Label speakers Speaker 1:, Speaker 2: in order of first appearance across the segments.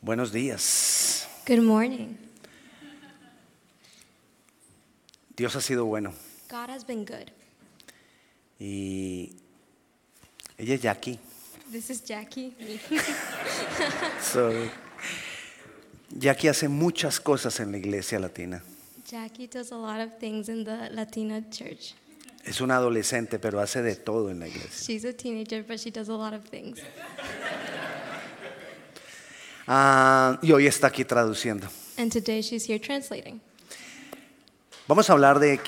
Speaker 1: Buenos días.
Speaker 2: Good morning.
Speaker 1: Dios ha sido bueno.
Speaker 2: God has been good.
Speaker 1: Y ella es Jackie.
Speaker 2: This is Jackie. me.
Speaker 1: So, Jackie hace muchas cosas en la iglesia latina.
Speaker 2: Jackie does a lot of things in the Latina church.
Speaker 1: Es una adolescente, pero hace de todo en la iglesia.
Speaker 2: She's a teenager, but she does a lot of things.
Speaker 1: Ah, y hoy está aquí traduciendo.
Speaker 2: And today she's here translating.
Speaker 1: Vamos a hablar de...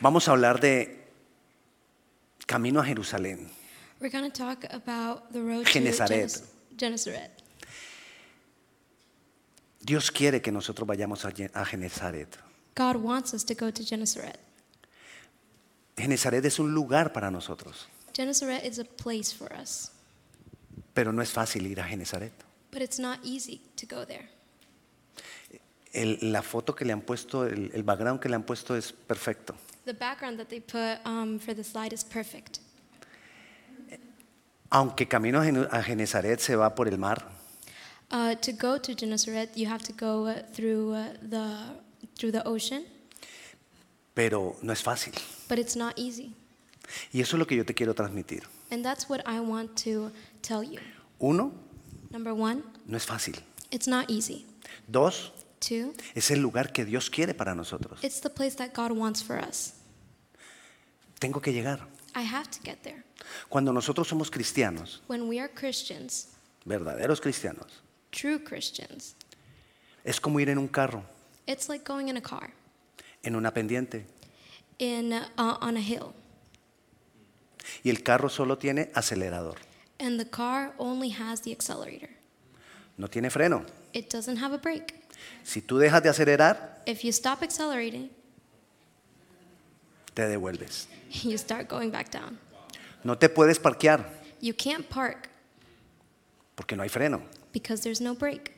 Speaker 1: Vamos a hablar de Camino a Jerusalén.
Speaker 2: We're going to talk about the road
Speaker 1: Genezaret.
Speaker 2: to Genesaret.
Speaker 1: Dios quiere que nosotros vayamos a Ye- a Genezaret.
Speaker 2: God wants us to go to Genesaret.
Speaker 1: Genezaret es un lugar para nosotros,
Speaker 2: Genesaret is a place for us,
Speaker 1: pero no es fácil ir a Genezaret.
Speaker 2: but it's not easy to go there.
Speaker 1: El- la foto que le han puesto, el, el background que le han puesto es perfecto.
Speaker 2: The background that they put um, for the slide is perfect.
Speaker 1: Aunque Camino a Genu- a Genezaret se va por el mar,
Speaker 2: Uh, to go to Genesaret, you have to go uh, through uh, the through the ocean,
Speaker 1: pero no es fácil.
Speaker 2: but it's not easy.
Speaker 1: Y eso es lo que yo te quiero transmitir.
Speaker 2: And that's what I want to tell you.
Speaker 1: Uno,
Speaker 2: Number one,
Speaker 1: no es fácil.
Speaker 2: it's not easy.
Speaker 1: Dos,
Speaker 2: Two,
Speaker 1: es el lugar que Dios quiere para nosotros.
Speaker 2: it's the place that God wants for us.
Speaker 1: Tengo que llegar.
Speaker 2: I have to get there.
Speaker 1: Cuando nosotros somos cristianos,
Speaker 2: When we are Christians,
Speaker 1: verdaderos cristianos,
Speaker 2: true Christians,
Speaker 1: es como ir en un carro,
Speaker 2: it's like going in a car
Speaker 1: en una pendiente,
Speaker 2: in uh, on a hill,
Speaker 1: y el carro solo tiene acelerador,
Speaker 2: and the car only has the accelerator.
Speaker 1: no tiene freno.
Speaker 2: It doesn't have a brake.
Speaker 1: Si tú dejas de acelerar,
Speaker 2: If you stop accelerating,
Speaker 1: te devuelves.
Speaker 2: you start going back down.
Speaker 1: No te puedes parquear
Speaker 2: You can't park
Speaker 1: porque no hay freno.
Speaker 2: because there's no brake.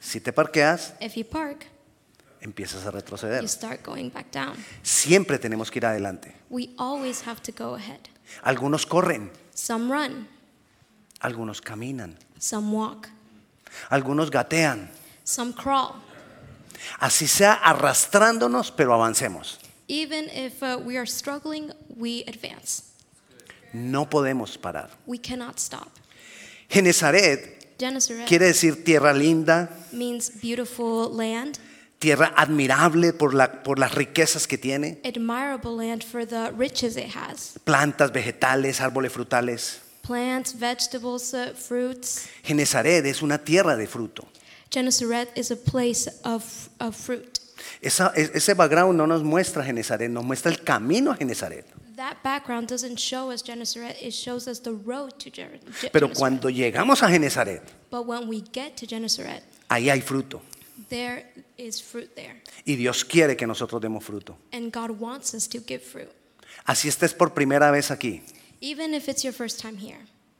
Speaker 1: Si te parqueas,
Speaker 2: If you park,
Speaker 1: empiezas a
Speaker 2: you
Speaker 1: retroceder.
Speaker 2: start going back down.
Speaker 1: Siempre tenemos que ir adelante.
Speaker 2: We always have to go ahead.
Speaker 1: Algunos corren,
Speaker 2: Some run,
Speaker 1: algunos caminan,
Speaker 2: some walk,
Speaker 1: algunos gatean.
Speaker 2: some crawl.
Speaker 1: Así sea arrastrándonos, pero avancemos.
Speaker 2: Even if uh, we are struggling, we advance.
Speaker 1: No podemos parar.
Speaker 2: We cannot stop.
Speaker 1: Genezaret
Speaker 2: Genesaret
Speaker 1: quiere decir tierra linda,
Speaker 2: means beautiful land,
Speaker 1: tierra admirable por, la- por las riquezas que tiene,
Speaker 2: admirable land for the riches it has
Speaker 1: plantas, vegetales, árboles frutales.
Speaker 2: plants, vegetables, uh, fruits.
Speaker 1: Genezaret es una tierra de fruto.
Speaker 2: Genesaret is a place of, of fruit.
Speaker 1: Esa- e- ese background no nos muestra Genezaret, nos muestra el camino a Genezaret.
Speaker 2: That background doesn't show us Genesaret, it shows us the road to Gen- Gen-
Speaker 1: Pero
Speaker 2: Genesaret.
Speaker 1: cuando llegamos a Genezaret,
Speaker 2: But when we get to Genesaret,
Speaker 1: ahí hay fruto.
Speaker 2: there is fruit there.
Speaker 1: Y Dios quiere que nosotros demos fruto.
Speaker 2: And God wants us to give fruit.
Speaker 1: Así estés por primera vez aquí.
Speaker 2: Even if it's your first time here,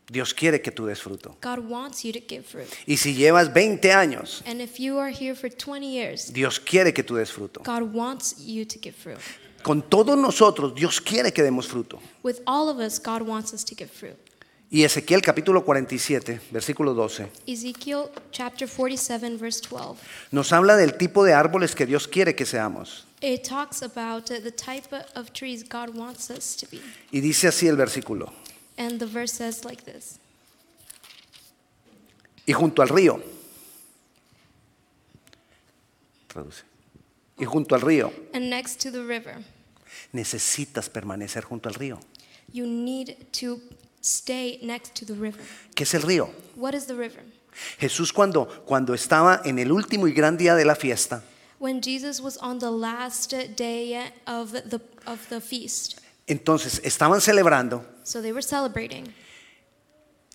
Speaker 1: Dios quiere que tú des fruto.
Speaker 2: God wants you to give fruit.
Speaker 1: Y si llevas 20 años,
Speaker 2: And if you are here for 20 years,
Speaker 1: Dios quiere que tú des fruto.
Speaker 2: God wants you to give fruit.
Speaker 1: Con todos nosotros, Dios quiere que demos fruto.
Speaker 2: With all of us, God wants us to give fruit.
Speaker 1: Y Ezequiel capítulo 47, versículo 12,
Speaker 2: Ezekiel chapter 47, verse 12.
Speaker 1: nos habla del tipo de árboles que Dios quiere que seamos.
Speaker 2: It talks about uh, the type of trees God wants us to be.
Speaker 1: Y dice así el versículo.
Speaker 2: And the verse says like this
Speaker 1: Y junto al río. Traduce. Y junto al río.
Speaker 2: And next to the river,
Speaker 1: Necesitas permanecer junto al río.
Speaker 2: you need to stay next to the river.
Speaker 1: ¿Qué es el río?
Speaker 2: What is the river?
Speaker 1: Jesús cuando, cuando estaba en el último y gran día de la fiesta,
Speaker 2: When Jesus was on the last day of the, of the feast,
Speaker 1: entonces estaban celebrando
Speaker 2: so they were celebrating.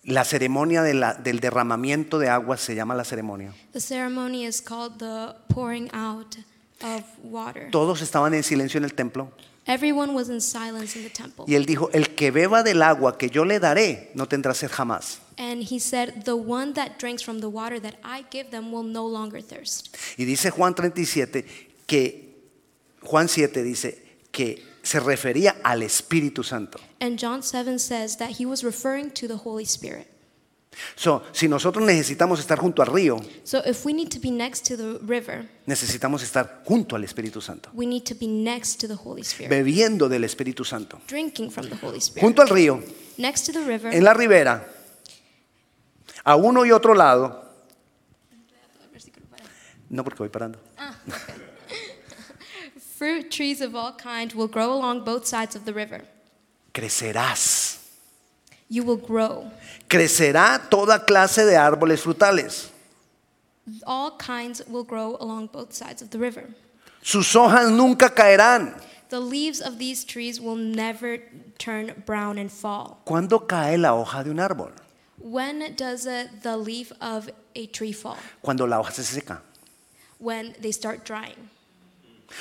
Speaker 1: la ceremonia de la- del derramamiento de agua, se llama la ceremonia.
Speaker 2: The ceremony is called the pouring out of water.
Speaker 1: Todos estaban en silencio en el templo
Speaker 2: Everyone was in silence in the temple.
Speaker 1: y él dijo, el que beba del agua que yo le daré no tendrá sed jamás.
Speaker 2: And he said, The one that drinks from the water that I give them will no longer thirst.
Speaker 1: Y dice Juan 37 que Juan 7 dice que se refería al Espíritu Santo.
Speaker 2: And John 7 says that he was referring to the Holy Spirit.
Speaker 1: So, si nosotros necesitamos estar junto al río,
Speaker 2: So if we need to be next to the river,
Speaker 1: necesitamos estar junto al Espíritu Santo,
Speaker 2: we need to be next to the Holy Spirit,
Speaker 1: bebiendo del Espíritu Santo.
Speaker 2: drinking from the Holy Spirit.
Speaker 1: Junto al río,
Speaker 2: Next to the river,
Speaker 1: en la ribera, a uno y otro lado, no porque voy parando,
Speaker 2: fruit trees of all kind will grow along both sides of the river.
Speaker 1: crecerás.
Speaker 2: You will grow
Speaker 1: Crecerá toda clase de árboles frutales.
Speaker 2: All kinds will grow along both sides of the river.
Speaker 1: Sus hojas nunca caerán.
Speaker 2: The leaves of these trees will never turn brown and fall.
Speaker 1: ¿Cuándo cae la hoja de un árbol?
Speaker 2: When does uh, the leaf of a tree fall?
Speaker 1: Cuando la hoja se seca.
Speaker 2: When they start drying.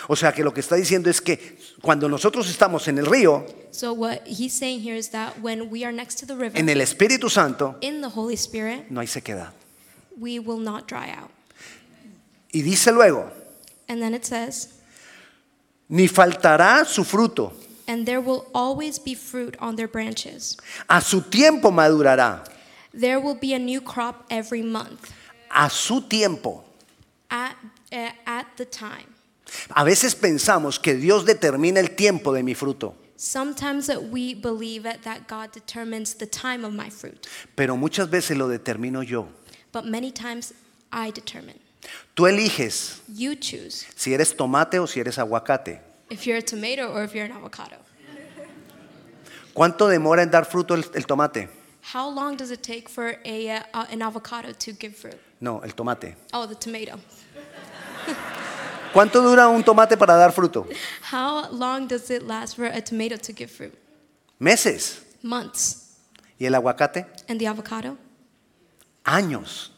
Speaker 1: O sea que lo que está diciendo es que cuando nosotros estamos en el río,
Speaker 2: So, what he's saying here is that when we are next to the river,
Speaker 1: en el Espíritu Santo,
Speaker 2: in the Holy Spirit,
Speaker 1: no hay sequedad.
Speaker 2: we will not dry out.
Speaker 1: Y dice luego,
Speaker 2: And then it says,
Speaker 1: ni faltará su fruto,
Speaker 2: and there will always be fruit on their branches.
Speaker 1: a su tiempo madurará,
Speaker 2: There will be a new crop every month
Speaker 1: a su tiempo.
Speaker 2: at, uh, at the time.
Speaker 1: A veces pensamos que Dios determina el tiempo de mi fruto,
Speaker 2: Sometimes that we believe that, that God determines the time of my fruit,
Speaker 1: pero muchas veces lo determino yo.
Speaker 2: but many times I determine.
Speaker 1: Tú eliges
Speaker 2: You choose
Speaker 1: si eres tomate o si eres aguacate.
Speaker 2: if you're a tomato or if you're an avocado.
Speaker 1: ¿Cuánto demora en dar fruto el, el tomate?
Speaker 2: How long does it take for a, uh, uh, an avocado to give fruit?
Speaker 1: No, el tomate.
Speaker 2: Oh, the tomato.
Speaker 1: ¿Cuánto dura un tomate para dar fruto?
Speaker 2: How long does it last for a tomato to give fruit?
Speaker 1: Meses.
Speaker 2: Months.
Speaker 1: ¿Y el aguacate?
Speaker 2: And the avocado?
Speaker 1: Años.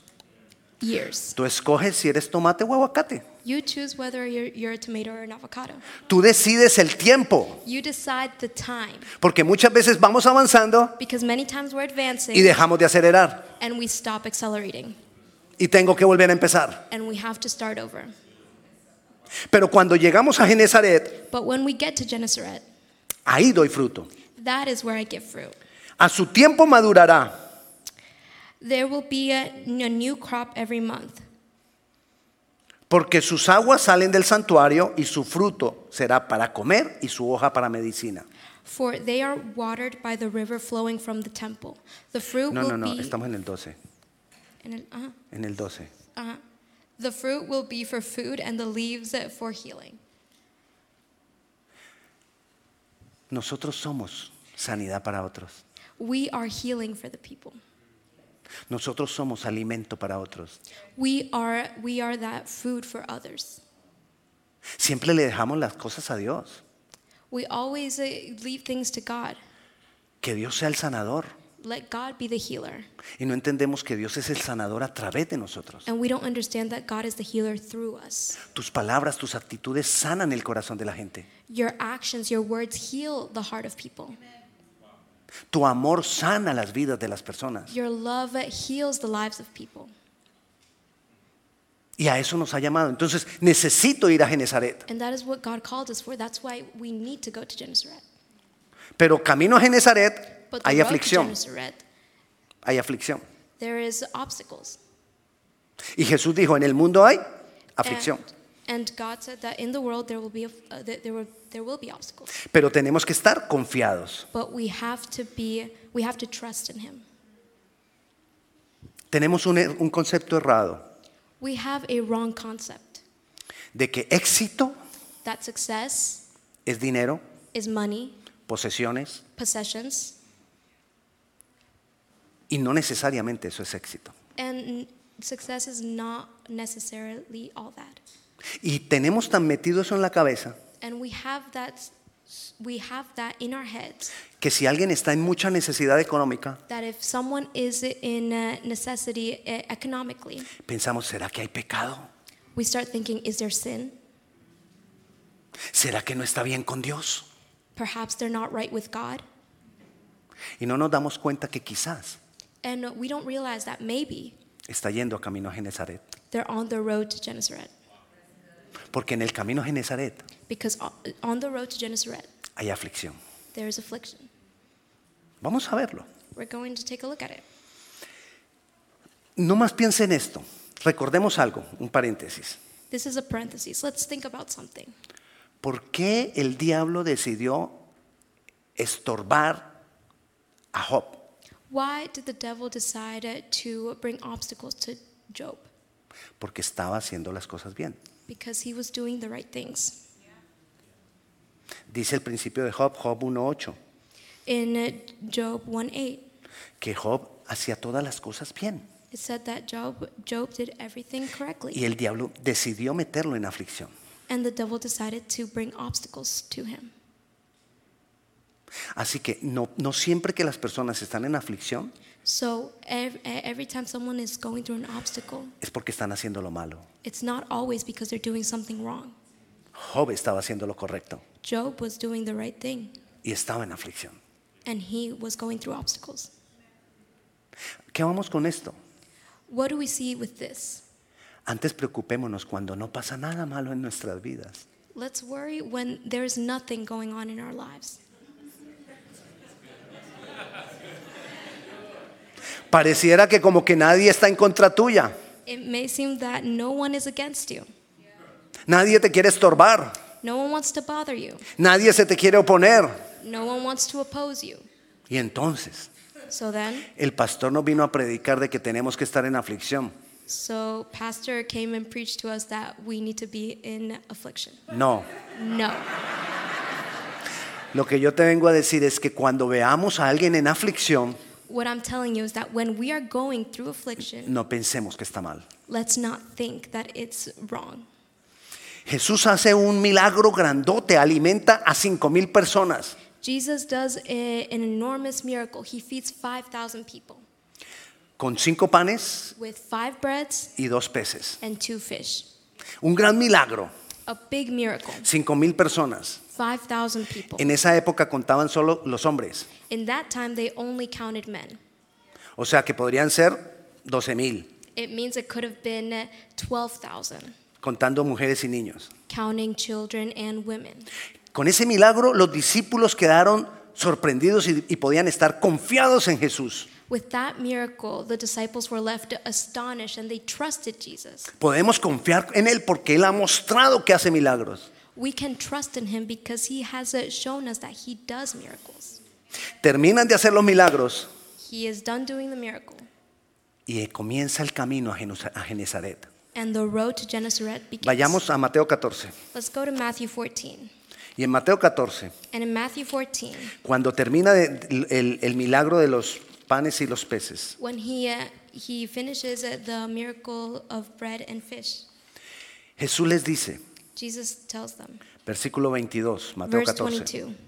Speaker 2: Years.
Speaker 1: Tú escoges si eres tomate o aguacate.
Speaker 2: You choose whether you're, you're a tomato or an avocado.
Speaker 1: Tú decides el tiempo,
Speaker 2: You decide the time
Speaker 1: porque muchas veces vamos avanzando
Speaker 2: because many times we're
Speaker 1: y
Speaker 2: advancing
Speaker 1: dejamos de acelerar
Speaker 2: and we stop accelerating
Speaker 1: y tengo que volver a empezar.
Speaker 2: and we have to start over.
Speaker 1: Pero cuando llegamos a Genezaret,
Speaker 2: But when we get to Genesaret,
Speaker 1: ahí doy fruto.
Speaker 2: that is where I give fruit.
Speaker 1: A su tiempo madurará.
Speaker 2: There will be a, a new crop every month
Speaker 1: Porque sus aguas salen del santuario y su fruto será para comer y su hoja para medicina.
Speaker 2: For they are watered by the river flowing from the temple. The fruit
Speaker 1: No, no,
Speaker 2: will
Speaker 1: no,
Speaker 2: be
Speaker 1: estamos en el 12,
Speaker 2: and it- uh-huh,
Speaker 1: en el 12.
Speaker 2: uh-huh. the fruit will be for food and the leaves for healing.
Speaker 1: Nosotros somos sanidad para otros.
Speaker 2: We are healing for the people.
Speaker 1: Nosotros somos alimento para otros.
Speaker 2: We are we are that food for others.
Speaker 1: Siempre le dejamos las cosas a Dios.
Speaker 2: We always uh, leave things to God.
Speaker 1: Que Dios sea el sanador.
Speaker 2: Let God be the healer.
Speaker 1: Y no entendemos que Dios es el sanador a través de nosotros.
Speaker 2: And we don't understand that God is the healer through us.
Speaker 1: Tus palabras, tus actitudes sanan el corazón de la gente.
Speaker 2: Your actions, your words heal the heart of people.
Speaker 1: Tu amor sana las vidas de las personas.
Speaker 2: Your love heals the lives of people.
Speaker 1: Y a eso nos ha llamado. Entonces necesito ir a Genezaret.
Speaker 2: And that is what God called us for. That's why we need to go to Genesaret.
Speaker 1: Pero camino a Genezaret
Speaker 2: But the
Speaker 1: hay
Speaker 2: road to
Speaker 1: aflicción.
Speaker 2: Genesaret,
Speaker 1: Hay aflicción.
Speaker 2: there is obstacles.
Speaker 1: Y Jesús dijo, en el mundo hay aflicción.
Speaker 2: Eh. And, and God said that in the world there will be af- uh, that there will there will be obstacles.
Speaker 1: Pero tenemos que estar confiados.
Speaker 2: But we have to be we have to trust in Him.
Speaker 1: Tenemos un, un concepto errado
Speaker 2: We have a wrong concept
Speaker 1: de que éxito
Speaker 2: that success
Speaker 1: es dinero,
Speaker 2: is money,
Speaker 1: posesiones,
Speaker 2: possessions,
Speaker 1: y no necesariamente eso es éxito.
Speaker 2: and n- success is not necessarily all that.
Speaker 1: Y tenemos tan metido eso en la cabeza
Speaker 2: And we have that s- we have that in our heads.
Speaker 1: que si alguien está en mucha necesidad económica,
Speaker 2: that if someone is in uh, necessity uh, economically,
Speaker 1: pensamos, ¿será que hay pecado?
Speaker 2: we start thinking, is there sin?
Speaker 1: ¿Será que no está bien con Dios?
Speaker 2: Perhaps they're not right with God.
Speaker 1: Y no nos damos cuenta que quizás
Speaker 2: And we don't realize that maybe
Speaker 1: está yendo a camino a Genezaret.
Speaker 2: they're on the road to Genesaret.
Speaker 1: Porque en el camino a Genezaret
Speaker 2: Because o- on the uh, road to Genesaret,
Speaker 1: hay aflicción.
Speaker 2: There is affliction.
Speaker 1: Vamos a verlo.
Speaker 2: We're going to take a look at it.
Speaker 1: No más piense en esto. Recordemos algo, un paréntesis.
Speaker 2: This is a parenthesis. Let's think about something.
Speaker 1: ¿Por qué el diablo decidió estorbar a Job?
Speaker 2: Why did the devil decide uh, to bring obstacles to Job?
Speaker 1: Porque estaba haciendo las cosas bien.
Speaker 2: Because he was doing the right things.
Speaker 1: Dice el principio de Job, Job 1.8,
Speaker 2: In uh, Job 1:8,
Speaker 1: que Job hacía todas las cosas bien.
Speaker 2: it said that Job Job did everything
Speaker 1: Y
Speaker 2: correctly,
Speaker 1: el diablo decidió meterlo en aflicción.
Speaker 2: and the devil decided to bring obstacles to him.
Speaker 1: Así que no, no siempre que las personas están en aflicción
Speaker 2: So ev- e- every time someone is going through an obstacle,
Speaker 1: es porque están haciendo lo malo.
Speaker 2: it's not always because they're doing something wrong.
Speaker 1: Job estaba haciendo lo correcto
Speaker 2: Job was doing the right thing,
Speaker 1: y estaba en aflicción.
Speaker 2: and he was going through obstacles.
Speaker 1: ¿Qué vamos con esto?
Speaker 2: What do we see with this?
Speaker 1: Antes preocupémonos cuando no pasa nada malo en nuestras vidas.
Speaker 2: Let's worry when there is nothing going on in our lives.
Speaker 1: Pareciera que como que nadie está en contra tuya.
Speaker 2: It may seem that no one is against you.
Speaker 1: Nadie te quiere estorbar.
Speaker 2: No one wants to bother you.
Speaker 1: Nadie se te quiere oponer.
Speaker 2: No one wants to oppose you.
Speaker 1: Y entonces,
Speaker 2: So then,
Speaker 1: el pastor nos vino a predicar de que tenemos que estar en aflicción.
Speaker 2: so pastor came and preached to us that we need to be in affliction.
Speaker 1: No.
Speaker 2: No.
Speaker 1: Lo que yo te vengo a decir es que cuando veamos a alguien en aflicción,
Speaker 2: What I'm telling you is that when we are going through affliction,
Speaker 1: no pensemos que está mal.
Speaker 2: let's not think that it's wrong.
Speaker 1: Jesús hace un milagro grandote, alimenta a cinco mil personas.
Speaker 2: Jesus does a- an enormous miracle. He feeds 5,000 people
Speaker 1: con cinco panes
Speaker 2: with five breads
Speaker 1: y dos peces.
Speaker 2: and two fish.
Speaker 1: Un gran milagro,
Speaker 2: A big miracle.
Speaker 1: cinco mil personas.
Speaker 2: 5,000 people.
Speaker 1: En esa época contaban solo los hombres,
Speaker 2: In that time, they only counted men.
Speaker 1: o sea que podrían ser doce mil,
Speaker 2: It means it could have been 12,000,
Speaker 1: contando mujeres y niños.
Speaker 2: counting children and women.
Speaker 1: Con ese milagro los discípulos quedaron sorprendidos y, y podían estar confiados en Jesús.
Speaker 2: With that miracle, the disciples were left astonished and they trusted Jesus.
Speaker 1: Podemos confiar en Él porque Él ha mostrado que hace milagros.
Speaker 2: We can trust in him because he has uh, shown us that he does miracles.
Speaker 1: Terminan de hacer los milagros
Speaker 2: He is done doing the miracle.
Speaker 1: y eh, comienza el camino a Genus- a Genezaret.
Speaker 2: And the road to Gennesaret begins.
Speaker 1: Vayamos a Mateo 14.
Speaker 2: Let's go to Matthew 14.
Speaker 1: Y en Mateo 14
Speaker 2: And in Matthew 14,
Speaker 1: Cuando termina de- el, el milagro de los panes y los peces,
Speaker 2: when he, uh, he finishes uh, the miracle of bread and fish,
Speaker 1: Jesús les dice,
Speaker 2: Jesus tells them,
Speaker 1: versículo 22, Mateo
Speaker 2: verse
Speaker 1: 14.
Speaker 2: 22,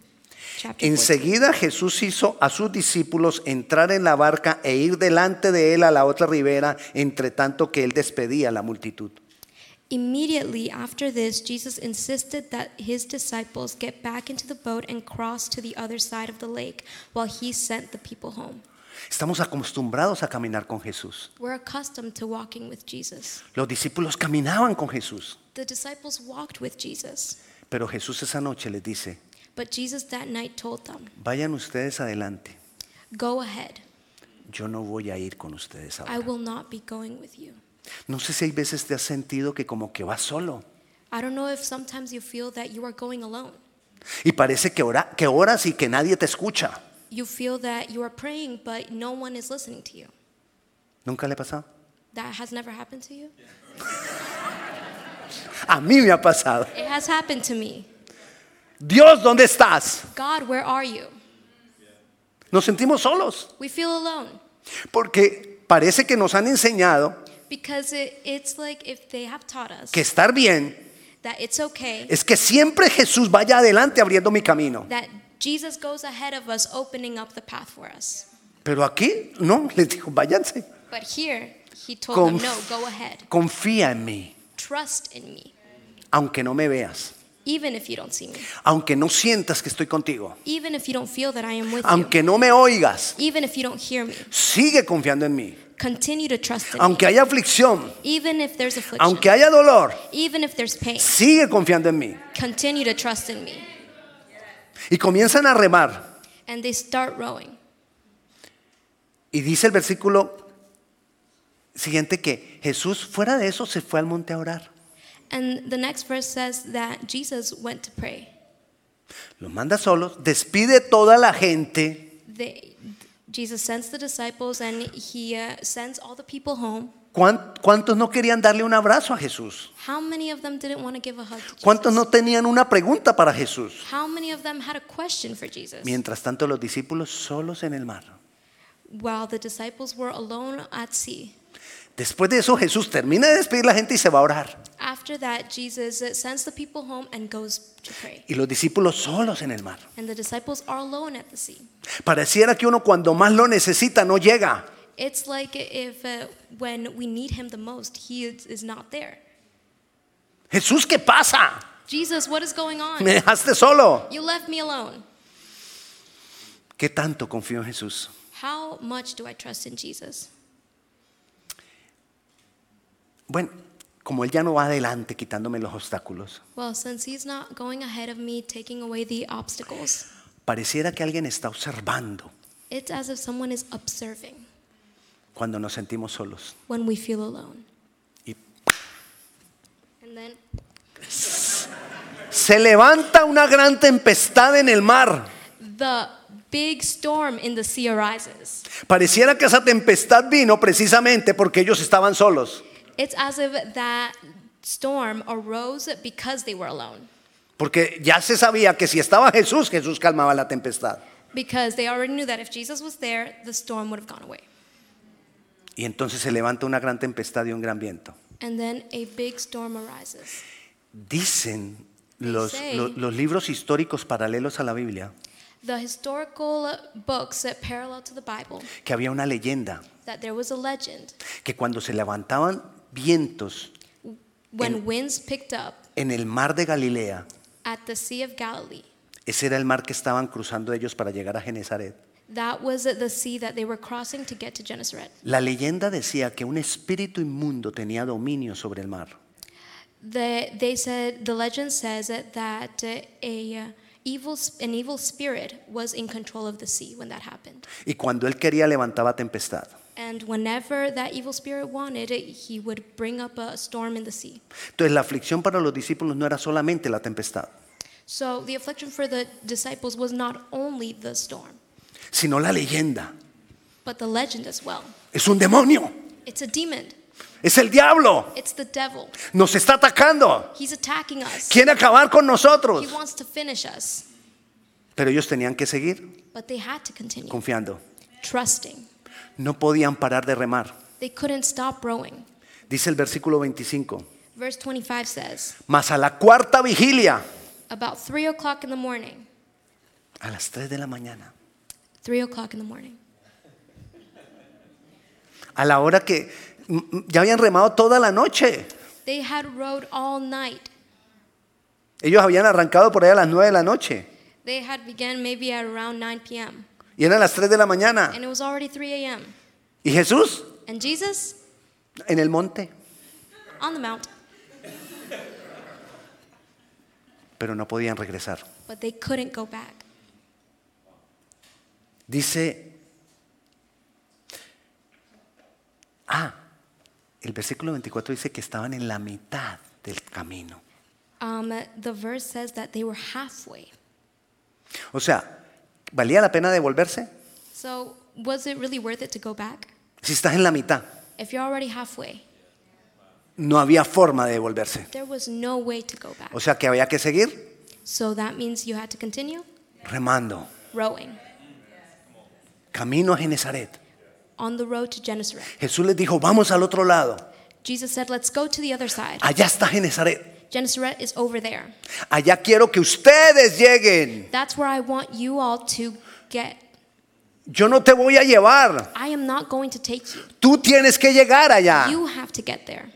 Speaker 2: chapter 14.
Speaker 1: Enseguida Jesús hizo a sus discípulos entrar en la barca e ir delante de él a la otra ribera, entre tanto que él despedía a la multitud.
Speaker 2: Immediately after this, Jesus insisted that his disciples get back into the boat and cross to the other side of the lake while he sent the people home.
Speaker 1: Estamos acostumbrados a caminar con Jesús.
Speaker 2: We're accustomed to walking with Jesus.
Speaker 1: Los discípulos caminaban con Jesús,
Speaker 2: The disciples walked with Jesus,
Speaker 1: pero Jesús esa noche les dice,
Speaker 2: but Jesus that night told them,
Speaker 1: vayan ustedes adelante,
Speaker 2: Go ahead.
Speaker 1: yo no voy a ir con ustedes
Speaker 2: I
Speaker 1: ahora.
Speaker 2: will not be going with you.
Speaker 1: No sé si hay veces te has sentido que como que vas solo.
Speaker 2: I don't know if sometimes you feel that you are going alone.
Speaker 1: Y parece que, ora- que oras y que nadie te escucha.
Speaker 2: You feel that you are praying, but no one is listening to you.
Speaker 1: ¿Nunca le ha pasado?
Speaker 2: That has never happened to you?
Speaker 1: A mí me ha pasado.
Speaker 2: It has happened to me.
Speaker 1: Dios, ¿dónde estás?
Speaker 2: God, where are you?
Speaker 1: Nos sentimos solos
Speaker 2: We feel alone.
Speaker 1: porque parece que nos han enseñado
Speaker 2: Because it, it's like if they have taught us
Speaker 1: que estar bien
Speaker 2: that it's okay,
Speaker 1: es que siempre Jesús vaya adelante abriendo mi camino.
Speaker 2: that Jesus goes ahead of us, opening up the path for us.
Speaker 1: Pero aquí no, les digo, váyanse.
Speaker 2: But here, he told them, no,
Speaker 1: Conf-
Speaker 2: go ahead.
Speaker 1: Confía en mí,
Speaker 2: Trust in me,
Speaker 1: aunque no me veas,
Speaker 2: even if you don't see me,
Speaker 1: aunque no sientas que estoy contigo,
Speaker 2: even if you don't feel that I am with you,
Speaker 1: aunque no me oigas,
Speaker 2: even if you don't hear me.
Speaker 1: sigue confiando en mí.
Speaker 2: Continue to trust in
Speaker 1: Aunque
Speaker 2: me,
Speaker 1: haya aflicción,
Speaker 2: even if there's affliction,
Speaker 1: aunque haya dolor,
Speaker 2: even if there's pain.
Speaker 1: sigue confiando en mí.
Speaker 2: Continue to trust in me.
Speaker 1: Y comienzan a remar.
Speaker 2: and they start rowing.
Speaker 1: Y dice el versículo siguiente que Jesús fuera de eso se fue al monte a orar.
Speaker 2: And the next verse says that Jesus went to pray.
Speaker 1: Los manda solos, despide toda la gente.
Speaker 2: They, Jesus sends the disciples and he uh, sends all the people home.
Speaker 1: ¿Cuán- ¿Cuántos no querían darle un abrazo a Jesús?
Speaker 2: How many of them didn't want to give a hug to Jesus?
Speaker 1: ¿Cuántos no tenían una pregunta para Jesús?
Speaker 2: How many of them had a question for Jesus?
Speaker 1: Mientras tanto los discípulos solos en el mar.
Speaker 2: While the disciples were alone at sea.
Speaker 1: Después de eso Jesús termina de despedir la gente y se va a orar.
Speaker 2: After that, Jesus uh, sends the people home and goes to pray.
Speaker 1: Y los discípulos solos en el mar.
Speaker 2: And the disciples are alone at the sea.
Speaker 1: Pareciera que uno cuando más lo necesita no llega.
Speaker 2: It's like if uh, when we need him the most, he is is not there.
Speaker 1: Jesús, ¿qué pasa?
Speaker 2: Jesus, what is going on?
Speaker 1: Me dejaste solo.
Speaker 2: You left me alone.
Speaker 1: ¿Qué tanto confío en Jesús?
Speaker 2: How much do I trust in Jesus?
Speaker 1: Bueno, como Él ya no va adelante quitándome los obstáculos,
Speaker 2: Well, since he's not going ahead of me taking away the obstacles,
Speaker 1: pareciera que alguien está observando
Speaker 2: it's as if someone is observing
Speaker 1: cuando nos sentimos solos.
Speaker 2: when we feel alone.
Speaker 1: Y
Speaker 2: And then
Speaker 1: se levanta una gran tempestad en el mar.
Speaker 2: the big storm in the sea arises.
Speaker 1: Pareciera que esa tempestad vino precisamente porque ellos estaban solos,
Speaker 2: It's as if that storm arose because they were alone,
Speaker 1: porque ya se sabía que si estaba Jesús, Jesús calmaba la tempestad.
Speaker 2: because they already knew that if Jesus was there, the storm would have gone away.
Speaker 1: Y entonces se levanta una gran tempestad y un gran viento.
Speaker 2: And then a big storm arises.
Speaker 1: Dicen
Speaker 2: They
Speaker 1: los,
Speaker 2: say-
Speaker 1: lo- los libros históricos paralelos a la Biblia
Speaker 2: The historical books that parallel to the Bible,
Speaker 1: que había una leyenda
Speaker 2: that there was a legend
Speaker 1: que cuando se levantaban vientos
Speaker 2: when winds picked up
Speaker 1: en el mar de Galilea,
Speaker 2: at the Sea of Galilee.
Speaker 1: ese era el mar que estaban cruzando ellos para llegar a Genezaret.
Speaker 2: That was the sea that they were crossing to get to Gennesaret.
Speaker 1: La leyenda decía que un espíritu inmundo tenía dominio sobre el mar.
Speaker 2: The, they said the legend says that uh, a uh, evil sp- an evil spirit was in control of the sea when that happened.
Speaker 1: Y cuando él quería levantaba tempestad.
Speaker 2: And whenever that evil spirit wanted, he would bring up a storm in the sea.
Speaker 1: Entonces la aflicción para los discípulos no era solamente la tempestad,
Speaker 2: So the affliction for the disciples was not only the storm,
Speaker 1: sino la leyenda.
Speaker 2: but the legend as well.
Speaker 1: Es un demonio,
Speaker 2: It's a demon.
Speaker 1: es el diablo,
Speaker 2: It's the devil.
Speaker 1: nos está atacando,
Speaker 2: He's attacking us.
Speaker 1: quiere acabar con
Speaker 2: He
Speaker 1: nosotros.
Speaker 2: wants to finish us.
Speaker 1: Pero ellos tenían que seguir
Speaker 2: But they had to continue.
Speaker 1: confiando.
Speaker 2: trusting.
Speaker 1: No podían parar de remar.
Speaker 2: They couldn't stop rowing.
Speaker 1: Dice el versículo 25.
Speaker 2: Verse 25 says,
Speaker 1: Mas a la cuarta vigilia,
Speaker 2: About 3 o'clock in the morning,
Speaker 1: a las 3 de la mañana,
Speaker 2: 3 o'clock in the morning,
Speaker 1: a la hora que mm, mm, ya habían remado toda la noche.
Speaker 2: they had rowed all night.
Speaker 1: Ellos habían arrancado por ahí a las 9 de la noche
Speaker 2: They had began maybe at around 9 p.m.,
Speaker 1: y eran las 3 de la mañana.
Speaker 2: and it was already 3 a.m.
Speaker 1: Y Jesús
Speaker 2: And Jesus
Speaker 1: en el monte,
Speaker 2: on the mount,
Speaker 1: pero no podían regresar.
Speaker 2: but they couldn't go back.
Speaker 1: Dice, ah, el versículo 24 dice que estaban en la mitad del camino.
Speaker 2: Um, the verse says that they were halfway.
Speaker 1: O sea, ¿valía la pena devolverse?
Speaker 2: So, was it really worth it to go back?
Speaker 1: Si estás en la mitad,
Speaker 2: If you're already halfway,
Speaker 1: no había forma de devolverse.
Speaker 2: there was no way to go back.
Speaker 1: O sea que había que seguir
Speaker 2: So, that means you had to continue
Speaker 1: remando.
Speaker 2: rowing
Speaker 1: Camino a Genezaret.
Speaker 2: on the road to Gennesaret.
Speaker 1: Jesús les dijo, vamos al otro lado.
Speaker 2: Jesus said, Let's go to the other side.
Speaker 1: Allá está Genezaret.
Speaker 2: Gennesaret is over there.
Speaker 1: Allá quiero que ustedes lleguen.
Speaker 2: That's where I want you all to get.
Speaker 1: Yo no te voy a llevar.
Speaker 2: I am not going to take you.
Speaker 1: Tú tienes que llegar allá.
Speaker 2: You have to get there.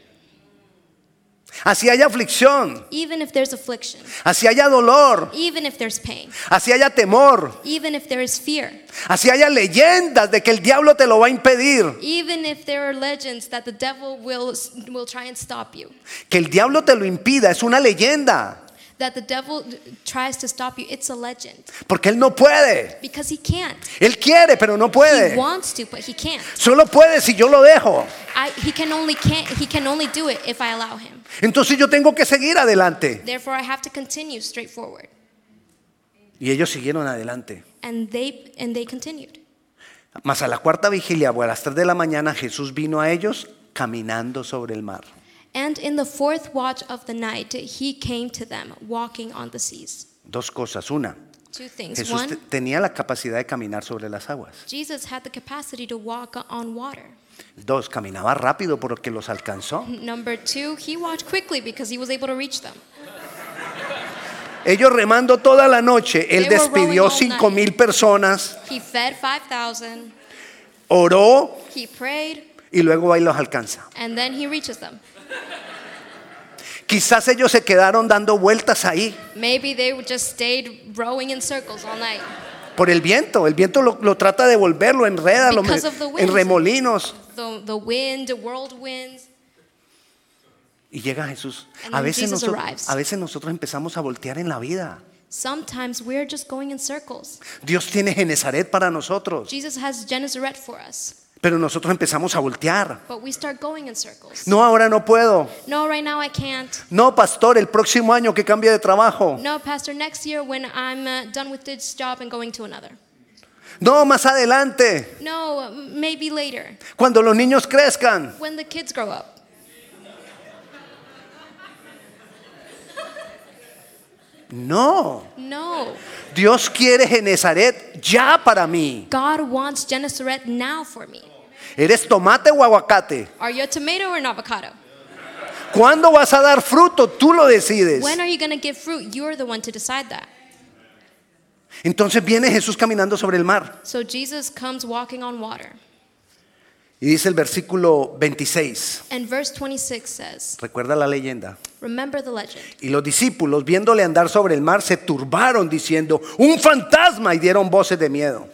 Speaker 1: Así haya aflicción.
Speaker 2: Even if there's affliction,
Speaker 1: Así haya dolor.
Speaker 2: even if there's pain,
Speaker 1: Así haya temor.
Speaker 2: even if there is fear,
Speaker 1: Así haya leyendas de que el diablo te lo va a impedir.
Speaker 2: even if there are legends that the devil will, will try and stop you.
Speaker 1: Que el diablo te lo impida. Es una leyenda.
Speaker 2: that the devil tries to stop you, it's a legend
Speaker 1: Porque Él no puede.
Speaker 2: because he can't.
Speaker 1: Él quiere, pero no
Speaker 2: He
Speaker 1: puede.
Speaker 2: wants to, but he can't.
Speaker 1: Solo puede si yo lo dejo.
Speaker 2: I, he can only can't, he can only do it if I allow him.
Speaker 1: Entonces yo tengo que seguir adelante.
Speaker 2: Therefore, I have to continue straight forward.
Speaker 1: Y ellos siguieron adelante.
Speaker 2: And they and they continued.
Speaker 1: Mas a la cuarta vigilia, o a las 3 de la mañana, Jesús vino a ellos caminando sobre el mar.
Speaker 2: And in the fourth watch of the night, he came to them walking on the seas.
Speaker 1: Dos cosas. Una,
Speaker 2: Two things.
Speaker 1: Jesús te-
Speaker 2: One,
Speaker 1: tenía la capacidad de caminar sobre las aguas.
Speaker 2: Jesus had the capacity to walk on water.
Speaker 1: Dos, caminaba rápido porque los alcanzó.
Speaker 2: Number two, he walked quickly because he was able to reach them.
Speaker 1: Ellos remando toda la noche, él
Speaker 2: They were
Speaker 1: despidió
Speaker 2: rowing all
Speaker 1: cinco mil personas,
Speaker 2: He fed 5,000,
Speaker 1: oró
Speaker 2: he prayed,
Speaker 1: y luego ahí los alcanza.
Speaker 2: and then he reaches them.
Speaker 1: Quizás ellos se quedaron dando vueltas ahí
Speaker 2: Maybe they would just stayed rowing in circles all night
Speaker 1: por el viento. El viento lo, lo trata de volver, lo enreda, lo me-
Speaker 2: Because of the wind.
Speaker 1: en remolinos.
Speaker 2: the, the wind, the whirlwinds.
Speaker 1: Y llega Jesús.
Speaker 2: And
Speaker 1: A
Speaker 2: then
Speaker 1: veces,
Speaker 2: Jesus
Speaker 1: nosotros,
Speaker 2: arrives.
Speaker 1: a veces nosotros empezamos a voltear en la vida.
Speaker 2: Sometimes we're just going in circles.
Speaker 1: Dios tiene Genezaret para nosotros,
Speaker 2: Jesus has Genesaret for us,
Speaker 1: pero nosotros empezamos a voltear.
Speaker 2: but we start going in circles.
Speaker 1: No, ahora no puedo.
Speaker 2: No, right now I can't.
Speaker 1: No, pastor, el próximo año que cambie de trabajo.
Speaker 2: No, Pastor, next year when I'm uh, done with this job and going to another.
Speaker 1: No, más adelante,
Speaker 2: No, uh, maybe later
Speaker 1: cuando los niños crezcan.
Speaker 2: when the kids grow up.
Speaker 1: No,
Speaker 2: No,
Speaker 1: Dios quiere Genezaret ya para mí.
Speaker 2: God wants Genesaret now for me.
Speaker 1: ¿Eres tomate o aguacate?
Speaker 2: Are you a tomato or an avocado?
Speaker 1: ¿Cuándo vas a dar fruto? Tú lo decides.
Speaker 2: When are you going to give fruit? You're the one to decide that.
Speaker 1: Entonces viene Jesús caminando sobre el mar.
Speaker 2: So Jesus comes walking on water.
Speaker 1: Y dice el versículo 26.
Speaker 2: And verse 26 says,
Speaker 1: Recuerda la leyenda.
Speaker 2: Remember the legend.
Speaker 1: Y los discípulos, viéndole andar sobre el mar, se turbaron diciendo, un fantasma, y dieron voces de miedo.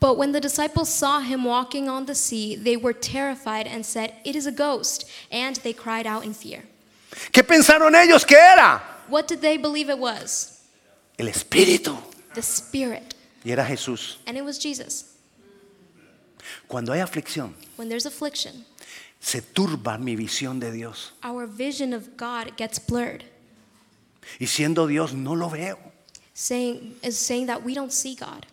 Speaker 2: But when the disciples saw him walking on the sea, they were terrified and said, It is a ghost. And they cried out in fear.
Speaker 1: ¿Qué pensaron ellos que era?
Speaker 2: What did they believe it was?
Speaker 1: El espíritu.
Speaker 2: The Spirit.
Speaker 1: Y era Jesús.
Speaker 2: And it was Jesus.
Speaker 1: Cuando hay aflicción,
Speaker 2: When there's affliction,
Speaker 1: se turba mi visión de Dios.
Speaker 2: our vision of God gets blurred,
Speaker 1: Y siendo Dios, no lo veo.
Speaker 2: saying, is saying that we don't see God.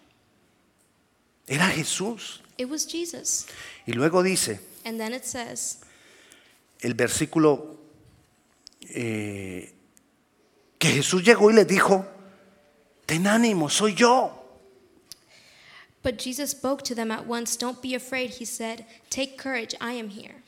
Speaker 1: Era Jesús.
Speaker 2: It was Jesus.
Speaker 1: Y luego dice
Speaker 2: And then it says,
Speaker 1: el versículo eh, que Jesús llegó y les dijo, ten ánimo, soy yo.
Speaker 2: But Jesus spoke to them at once, Don't be afraid. He said, Take courage, I am here.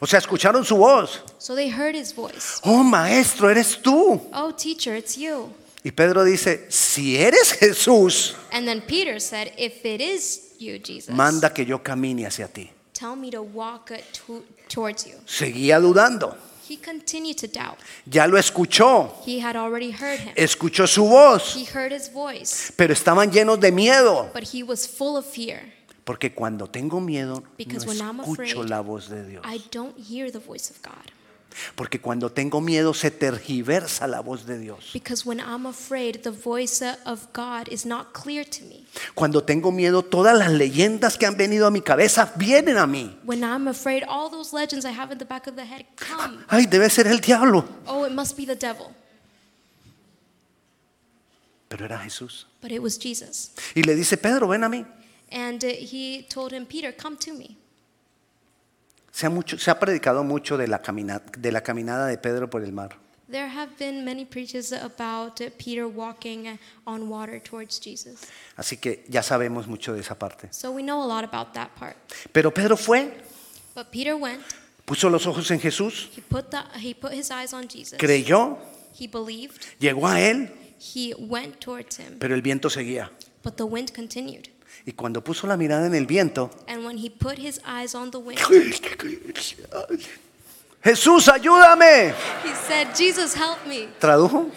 Speaker 1: O sea, escucharon su voz.
Speaker 2: So they heard his voice.
Speaker 1: Oh, maestro, eres tú.
Speaker 2: Oh, teacher, it's you.
Speaker 1: Y Pedro dice, si eres Jesús,
Speaker 2: And then Peter said, If it is you, Jesus,
Speaker 1: manda que yo camine hacia ti.
Speaker 2: tell me to walk it to- towards you.
Speaker 1: Seguía dudando.
Speaker 2: He continued to doubt.
Speaker 1: Ya lo escuchó,
Speaker 2: He had already heard him,
Speaker 1: escuchó su voz,
Speaker 2: he heard his voice,
Speaker 1: pero estaban llenos de miedo.
Speaker 2: but he was full of fear.
Speaker 1: Porque cuando tengo miedo,
Speaker 2: Because
Speaker 1: no
Speaker 2: when I'm
Speaker 1: escucho
Speaker 2: afraid,
Speaker 1: la voz de Dios.
Speaker 2: I don't hear the voice of God.
Speaker 1: Porque cuando tengo miedo, se tergiversa la voz de Dios.
Speaker 2: Because when I'm afraid, the voice uh, of God is not clear to me.
Speaker 1: Cuando tengo miedo, todas las leyendas que han venido a mi cabeza vienen a mí.
Speaker 2: When I'm afraid, all those legends I have in the back of the head come.
Speaker 1: Ay, debe ser el diablo.
Speaker 2: Oh, it must be the devil.
Speaker 1: Pero era Jesús.
Speaker 2: But it was Jesus.
Speaker 1: Y le dice, Pedro, ven a mí.
Speaker 2: And uh, he told him, Peter, come to me.
Speaker 1: Se ha, mucho- se ha predicado mucho de la, camina- de la caminada de Pedro por el mar.
Speaker 2: There have been many preaches about uh, Peter walking on water towards Jesus.
Speaker 1: Así que ya sabemos mucho de esa parte.
Speaker 2: So we know a lot about that part.
Speaker 1: Pero Pedro fue,
Speaker 2: But Peter went,
Speaker 1: puso los ojos en Jesús,
Speaker 2: he put, the, he put his eyes on Jesus.
Speaker 1: creyó,
Speaker 2: He believed,
Speaker 1: llegó a él,
Speaker 2: he went towards him,
Speaker 1: pero el viento seguía.
Speaker 2: but the wind continued.
Speaker 1: Y cuando puso la mirada en el viento,
Speaker 2: And when he put his eyes on the wind,
Speaker 1: Jesús, ayúdame.
Speaker 2: he said, Jesus, help me.
Speaker 1: ¿Tradujo?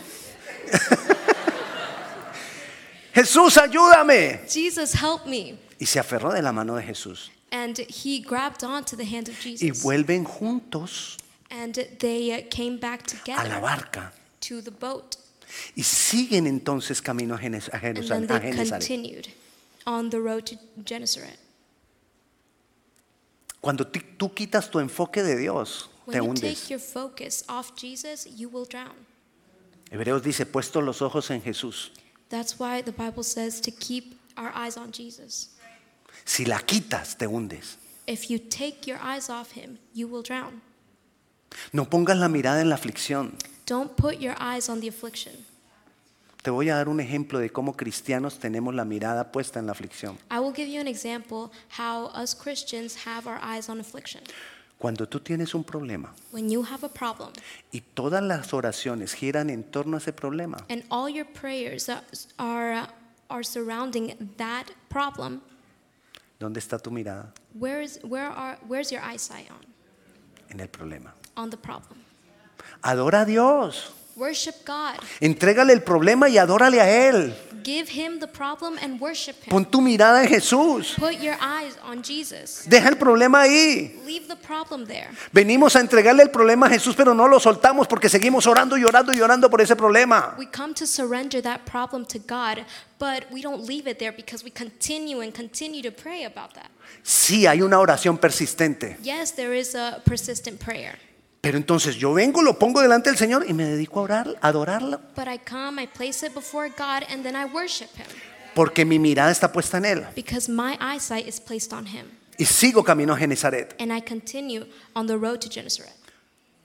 Speaker 1: Jesús, ayúdame.
Speaker 2: Jesus, help me.
Speaker 1: Y se aferró de la mano de Jesús.
Speaker 2: And he grabbed onto the hand of
Speaker 1: Y
Speaker 2: Jesus.
Speaker 1: vuelven juntos
Speaker 2: And they uh, came back
Speaker 1: a la
Speaker 2: together
Speaker 1: barca.
Speaker 2: to the boat.
Speaker 1: Y siguen entonces camino a Genes- a
Speaker 2: And
Speaker 1: Jerusal-
Speaker 2: then
Speaker 1: a
Speaker 2: they
Speaker 1: Genezaret.
Speaker 2: continued on the road to Gennesaret.
Speaker 1: Cuando ti- tú quitas tu enfoque de Dios,
Speaker 2: When
Speaker 1: te
Speaker 2: you
Speaker 1: hundes.
Speaker 2: take your focus off Jesus, you will drown.
Speaker 1: Hebreos dice, puestos los ojos en Jesús.
Speaker 2: That's why the Bible says to keep our eyes on Jesus.
Speaker 1: Si la quitas, te hundes.
Speaker 2: If you take your eyes off him, you will drown.
Speaker 1: No pongas la mirada en la aflicción.
Speaker 2: Don't put your eyes on the affliction.
Speaker 1: Te voy a dar un ejemplo de cómo cristianos tenemos la mirada puesta en la aflicción.
Speaker 2: I will give you an example how us Christians have our eyes on affliction.
Speaker 1: Cuando tú tienes un problema
Speaker 2: When you have a problem
Speaker 1: y todas las oraciones giran en torno a ese problema,
Speaker 2: and all your prayers are- are are surrounding that problem,
Speaker 1: ¿dónde está tu mirada?
Speaker 2: where is where are where's your eyesight on?
Speaker 1: En el problema.
Speaker 2: On the problem.
Speaker 1: Adora a Dios.
Speaker 2: Worship God.
Speaker 1: Entrégale el problema y adórale a Él.
Speaker 2: Give him the problem and worship him.
Speaker 1: Pon tu mirada en Jesús.
Speaker 2: Put your eyes on Jesus.
Speaker 1: Deja el problema ahí.
Speaker 2: Leave the problem there.
Speaker 1: Venimos a entregarle el problema a Jesús, pero no lo soltamos porque seguimos orando y orando y orando por ese problema.
Speaker 2: We come to surrender that problem to God, but we don't leave it there because we continue and continue to pray about that.
Speaker 1: Sí, hay una oración persistente.
Speaker 2: Yes, there is a persistent prayer,
Speaker 1: Pero entonces yo vengo, lo pongo delante del Señor y me dedico a orar, a adorarlo,
Speaker 2: but I come, I place it before God, and then I worship Him
Speaker 1: porque mi mirada está puesta en Él.
Speaker 2: because my eyesight is placed on Him,
Speaker 1: Y sigo camino a Genezaret.
Speaker 2: and I continue on the road to Gennesaret.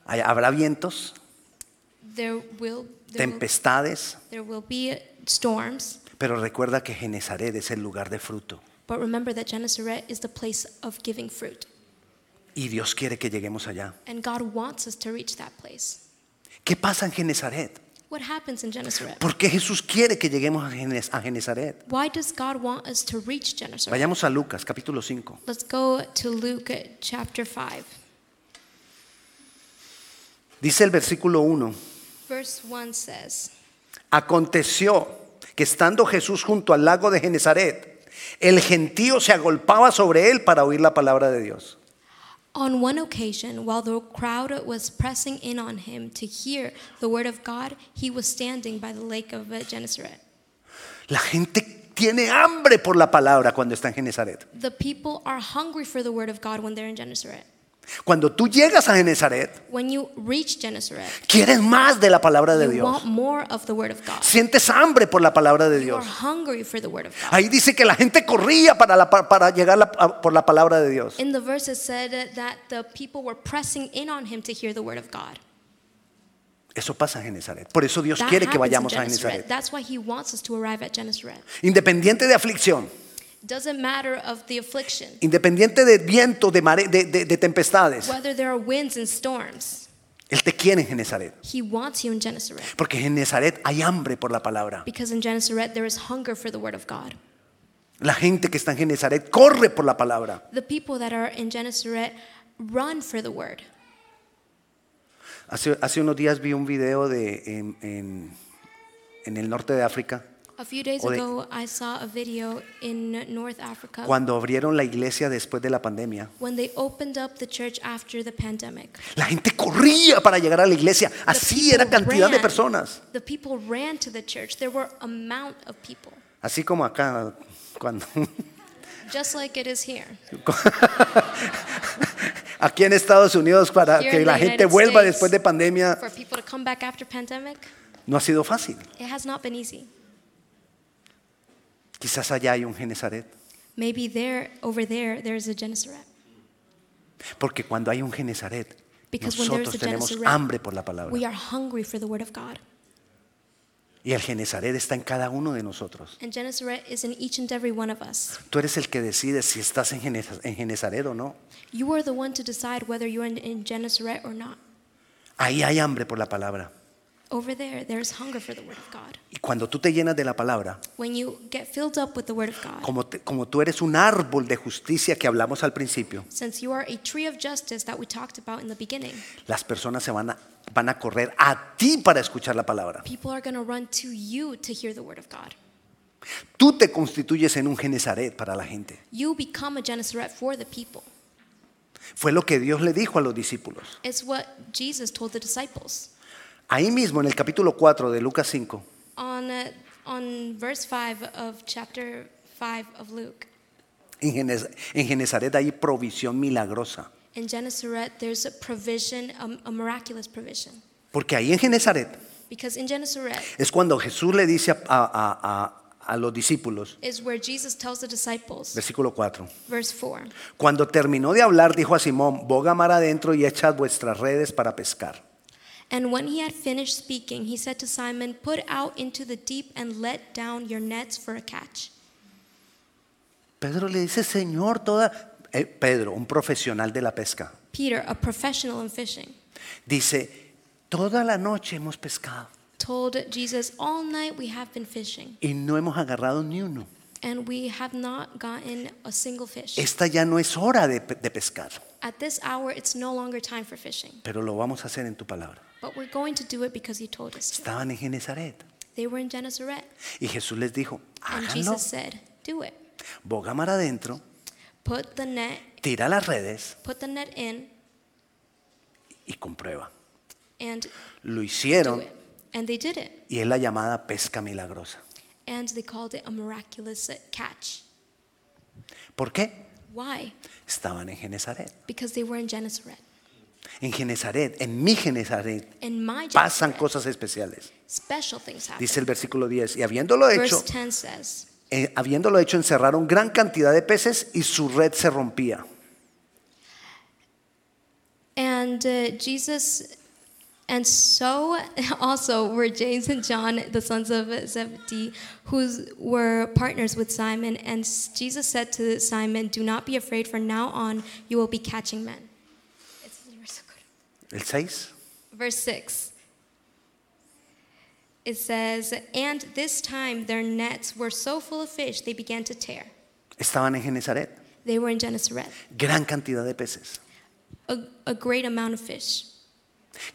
Speaker 1: Ahí Habrá vientos,
Speaker 2: There will there, will,
Speaker 1: tempestades,
Speaker 2: there will be storms,
Speaker 1: pero recuerda que Genezaret es el lugar de fruto.
Speaker 2: but remember that Gennesaret is the place of giving fruit,
Speaker 1: Y Dios quiere que lleguemos allá.
Speaker 2: and God wants us to reach that place.
Speaker 1: ¿Qué pasa en Genezaret?
Speaker 2: What happens in Gennesaret?
Speaker 1: ¿Por qué Jesús quiere que lleguemos a Genes- a Genezaret?
Speaker 2: Why does God want us to reach Gennesaret?
Speaker 1: Vayamos a Lucas, capítulo 5.
Speaker 2: Let's go to Luke chapter 5,
Speaker 1: Dice el versículo 1.
Speaker 2: verse 1 says,
Speaker 1: Aconteció que estando Jesús junto al lago de Genezaret, el gentío se agolpaba sobre él para oír la palabra de Dios.
Speaker 2: On one occasion, while the crowd was pressing in on him to hear the word of God, he was standing by the lake of uh, Gennesaret.
Speaker 1: La gente tiene hambre por la palabra cuando está en Genezaret.
Speaker 2: The people are hungry for the word of God when they're in Gennesaret.
Speaker 1: Cuando tú llegas a Genezaret,
Speaker 2: When you reach Gennesaret,
Speaker 1: quieres más de la palabra de
Speaker 2: you
Speaker 1: Dios.
Speaker 2: want more of the word of God.
Speaker 1: Sientes hambre por la palabra de
Speaker 2: You are
Speaker 1: Dios.
Speaker 2: hungry for the word of God.
Speaker 1: Ahí dice que la gente corría para, la pa- para llegar la- a- por la palabra de Dios.
Speaker 2: In the verse, it said that the people were pressing in on him to hear the word of God.
Speaker 1: Eso pasa en Genezaret. Por eso Dios
Speaker 2: That
Speaker 1: quiere que
Speaker 2: happens in
Speaker 1: vayamos a
Speaker 2: Gennesaret.
Speaker 1: Genezaret.
Speaker 2: That's why he wants us to arrive at Gennesaret.
Speaker 1: Independiente de aflicción,
Speaker 2: Doesn't matter of the affliction,
Speaker 1: independiente de viento, de, mare- de- de- de tempestades.
Speaker 2: whether there are winds and storms.
Speaker 1: Él te quiere en Genezaret.
Speaker 2: He wants you in Gennesaret
Speaker 1: Porque en Genezaret hay hambre por la palabra.
Speaker 2: because in Gennesaret there is hunger for the word of God.
Speaker 1: La gente que está en Genezaret corre por la palabra.
Speaker 2: The people that are in Gennesaret run for the word.
Speaker 1: Hace, hace unos días vi un video de, en, en- en el norte de África
Speaker 2: A few days
Speaker 1: O de-
Speaker 2: ago, I saw a video in North Africa
Speaker 1: cuando abrieron la iglesia después de la pandemia.
Speaker 2: when they opened up the church after the pandemic.
Speaker 1: La gente corría para llegar a la iglesia. Así era cantidad de
Speaker 2: Ran.
Speaker 1: personas.
Speaker 2: The people ran to the church. There were amount of people,
Speaker 1: Así como acá, cuando...
Speaker 2: just like it is here.
Speaker 1: Aquí en Estados Unidos para
Speaker 2: Here
Speaker 1: que
Speaker 2: in
Speaker 1: la
Speaker 2: the
Speaker 1: gente
Speaker 2: United
Speaker 1: vuelva
Speaker 2: States.
Speaker 1: después de pandemia
Speaker 2: For people to come back after pandemic,
Speaker 1: no ha sido fácil.
Speaker 2: it has not been easy.
Speaker 1: Quizás allá hay un Genezaret.
Speaker 2: Maybe there, over there, there is a Gennesaret.
Speaker 1: Porque cuando hay un Genezaret,
Speaker 2: Because when there is
Speaker 1: nosotros
Speaker 2: a
Speaker 1: tenemos
Speaker 2: Genezaret,
Speaker 1: hambre por la palabra.
Speaker 2: We are hungry for the word of God.
Speaker 1: Y el Genezaret está en cada uno de nosotros.
Speaker 2: And Gennesaret is in each and every one of us.
Speaker 1: Tú eres el que decides si estás en Geneza- en Genezaret o no.
Speaker 2: You are the one to decide whether you're in, in Gennesaret or not.
Speaker 1: Ahí hay hambre por la palabra.
Speaker 2: Over there, there is hunger for the word of God.
Speaker 1: Y cuando tú te llenas de la palabra,
Speaker 2: When you get filled up with the word of God,
Speaker 1: como, te- como tú eres un árbol de justicia que hablamos al principio,
Speaker 2: since you are a tree of justice that we talked about in the beginning,
Speaker 1: las personas se van a, van a correr a ti para escuchar la palabra.
Speaker 2: people are going to run to you to hear the word of God.
Speaker 1: Tú te constituyes en un Genezaret para la gente.
Speaker 2: You become a Gennesaret for the people.
Speaker 1: Fue lo que Dios le dijo a los discípulos.
Speaker 2: It's what Jesus told the disciples.
Speaker 1: Ahí mismo, en el capítulo 4 de Lucas 5,
Speaker 2: On, uh, on verse 5 of chapter 5 of Luke,
Speaker 1: en Genes- en Genezaret hay provisión milagrosa.
Speaker 2: in Gennesaret, there's a provision, a, a miraculous provision.
Speaker 1: Porque ahí en Genezaret
Speaker 2: Because in Gennesaret
Speaker 1: es cuando Jesús le dice a, a- a- a los discípulos,
Speaker 2: is where Jesus tells the disciples,
Speaker 1: versículo 4,
Speaker 2: verse 4,
Speaker 1: cuando terminó de hablar dijo a Simón, boga mar adentro y echad vuestras redes para pescar.
Speaker 2: And when he had finished speaking, he said to Simon, Put out into the deep and let down your nets for a catch.
Speaker 1: Pedro le dice, Señor, toda... eh, Pedro, un profesional de la pesca,
Speaker 2: Peter, a professional in fishing,
Speaker 1: dice, toda la noche hemos pescado
Speaker 2: told Jesus, All night we have been fishing,
Speaker 1: y no hemos agarrado ni uno.
Speaker 2: and we have not gotten a single fish.
Speaker 1: Esta ya no es hora de, pe- de pescar,
Speaker 2: At this hour, it's no longer time for fishing,
Speaker 1: pero lo vamos a hacer en tu palabra.
Speaker 2: but we're going to do it because you told us. to."
Speaker 1: Estaban en Genezaret
Speaker 2: They were in Gennesaret,
Speaker 1: y Jesús les dijo,
Speaker 2: and
Speaker 1: háganlo,
Speaker 2: Jesus said, Do it.
Speaker 1: boga mar adentro,
Speaker 2: Put the net,
Speaker 1: tira las redes
Speaker 2: put the net in,
Speaker 1: y comprueba.
Speaker 2: and
Speaker 1: Lo
Speaker 2: do
Speaker 1: hicieron
Speaker 2: it. And they did it,
Speaker 1: y es la llamada pesca milagrosa.
Speaker 2: and they called it a miraculous catch.
Speaker 1: ¿Por qué?
Speaker 2: Why?
Speaker 1: Estaban en Genezaret.
Speaker 2: Because they were in Gennesaret.
Speaker 1: En Genezaret, en mi Genezaret,
Speaker 2: In my
Speaker 1: pasan
Speaker 2: Gennesaret,
Speaker 1: cosas especiales.
Speaker 2: special things happen.
Speaker 1: Dice el versículo 10, y habiéndolo hecho,
Speaker 2: Verse 10 says,
Speaker 1: eh, habiéndolo hecho encerraron gran cantidad de peces y su red se rompía.
Speaker 2: And uh, Jesus, and so also were James and John, the sons of Zebedee, who were partners with Simon. And s- Jesus said to Simon, Do not be afraid, for now on you will be catching men. It's universal code.
Speaker 1: El 6,
Speaker 2: Verse 6. It says, And this time their nets were so full of fish, they began to tear.
Speaker 1: estaban en Genezaret,
Speaker 2: They were in Gennesaret.
Speaker 1: gran cantidad de peces.
Speaker 2: a, a great amount of fish.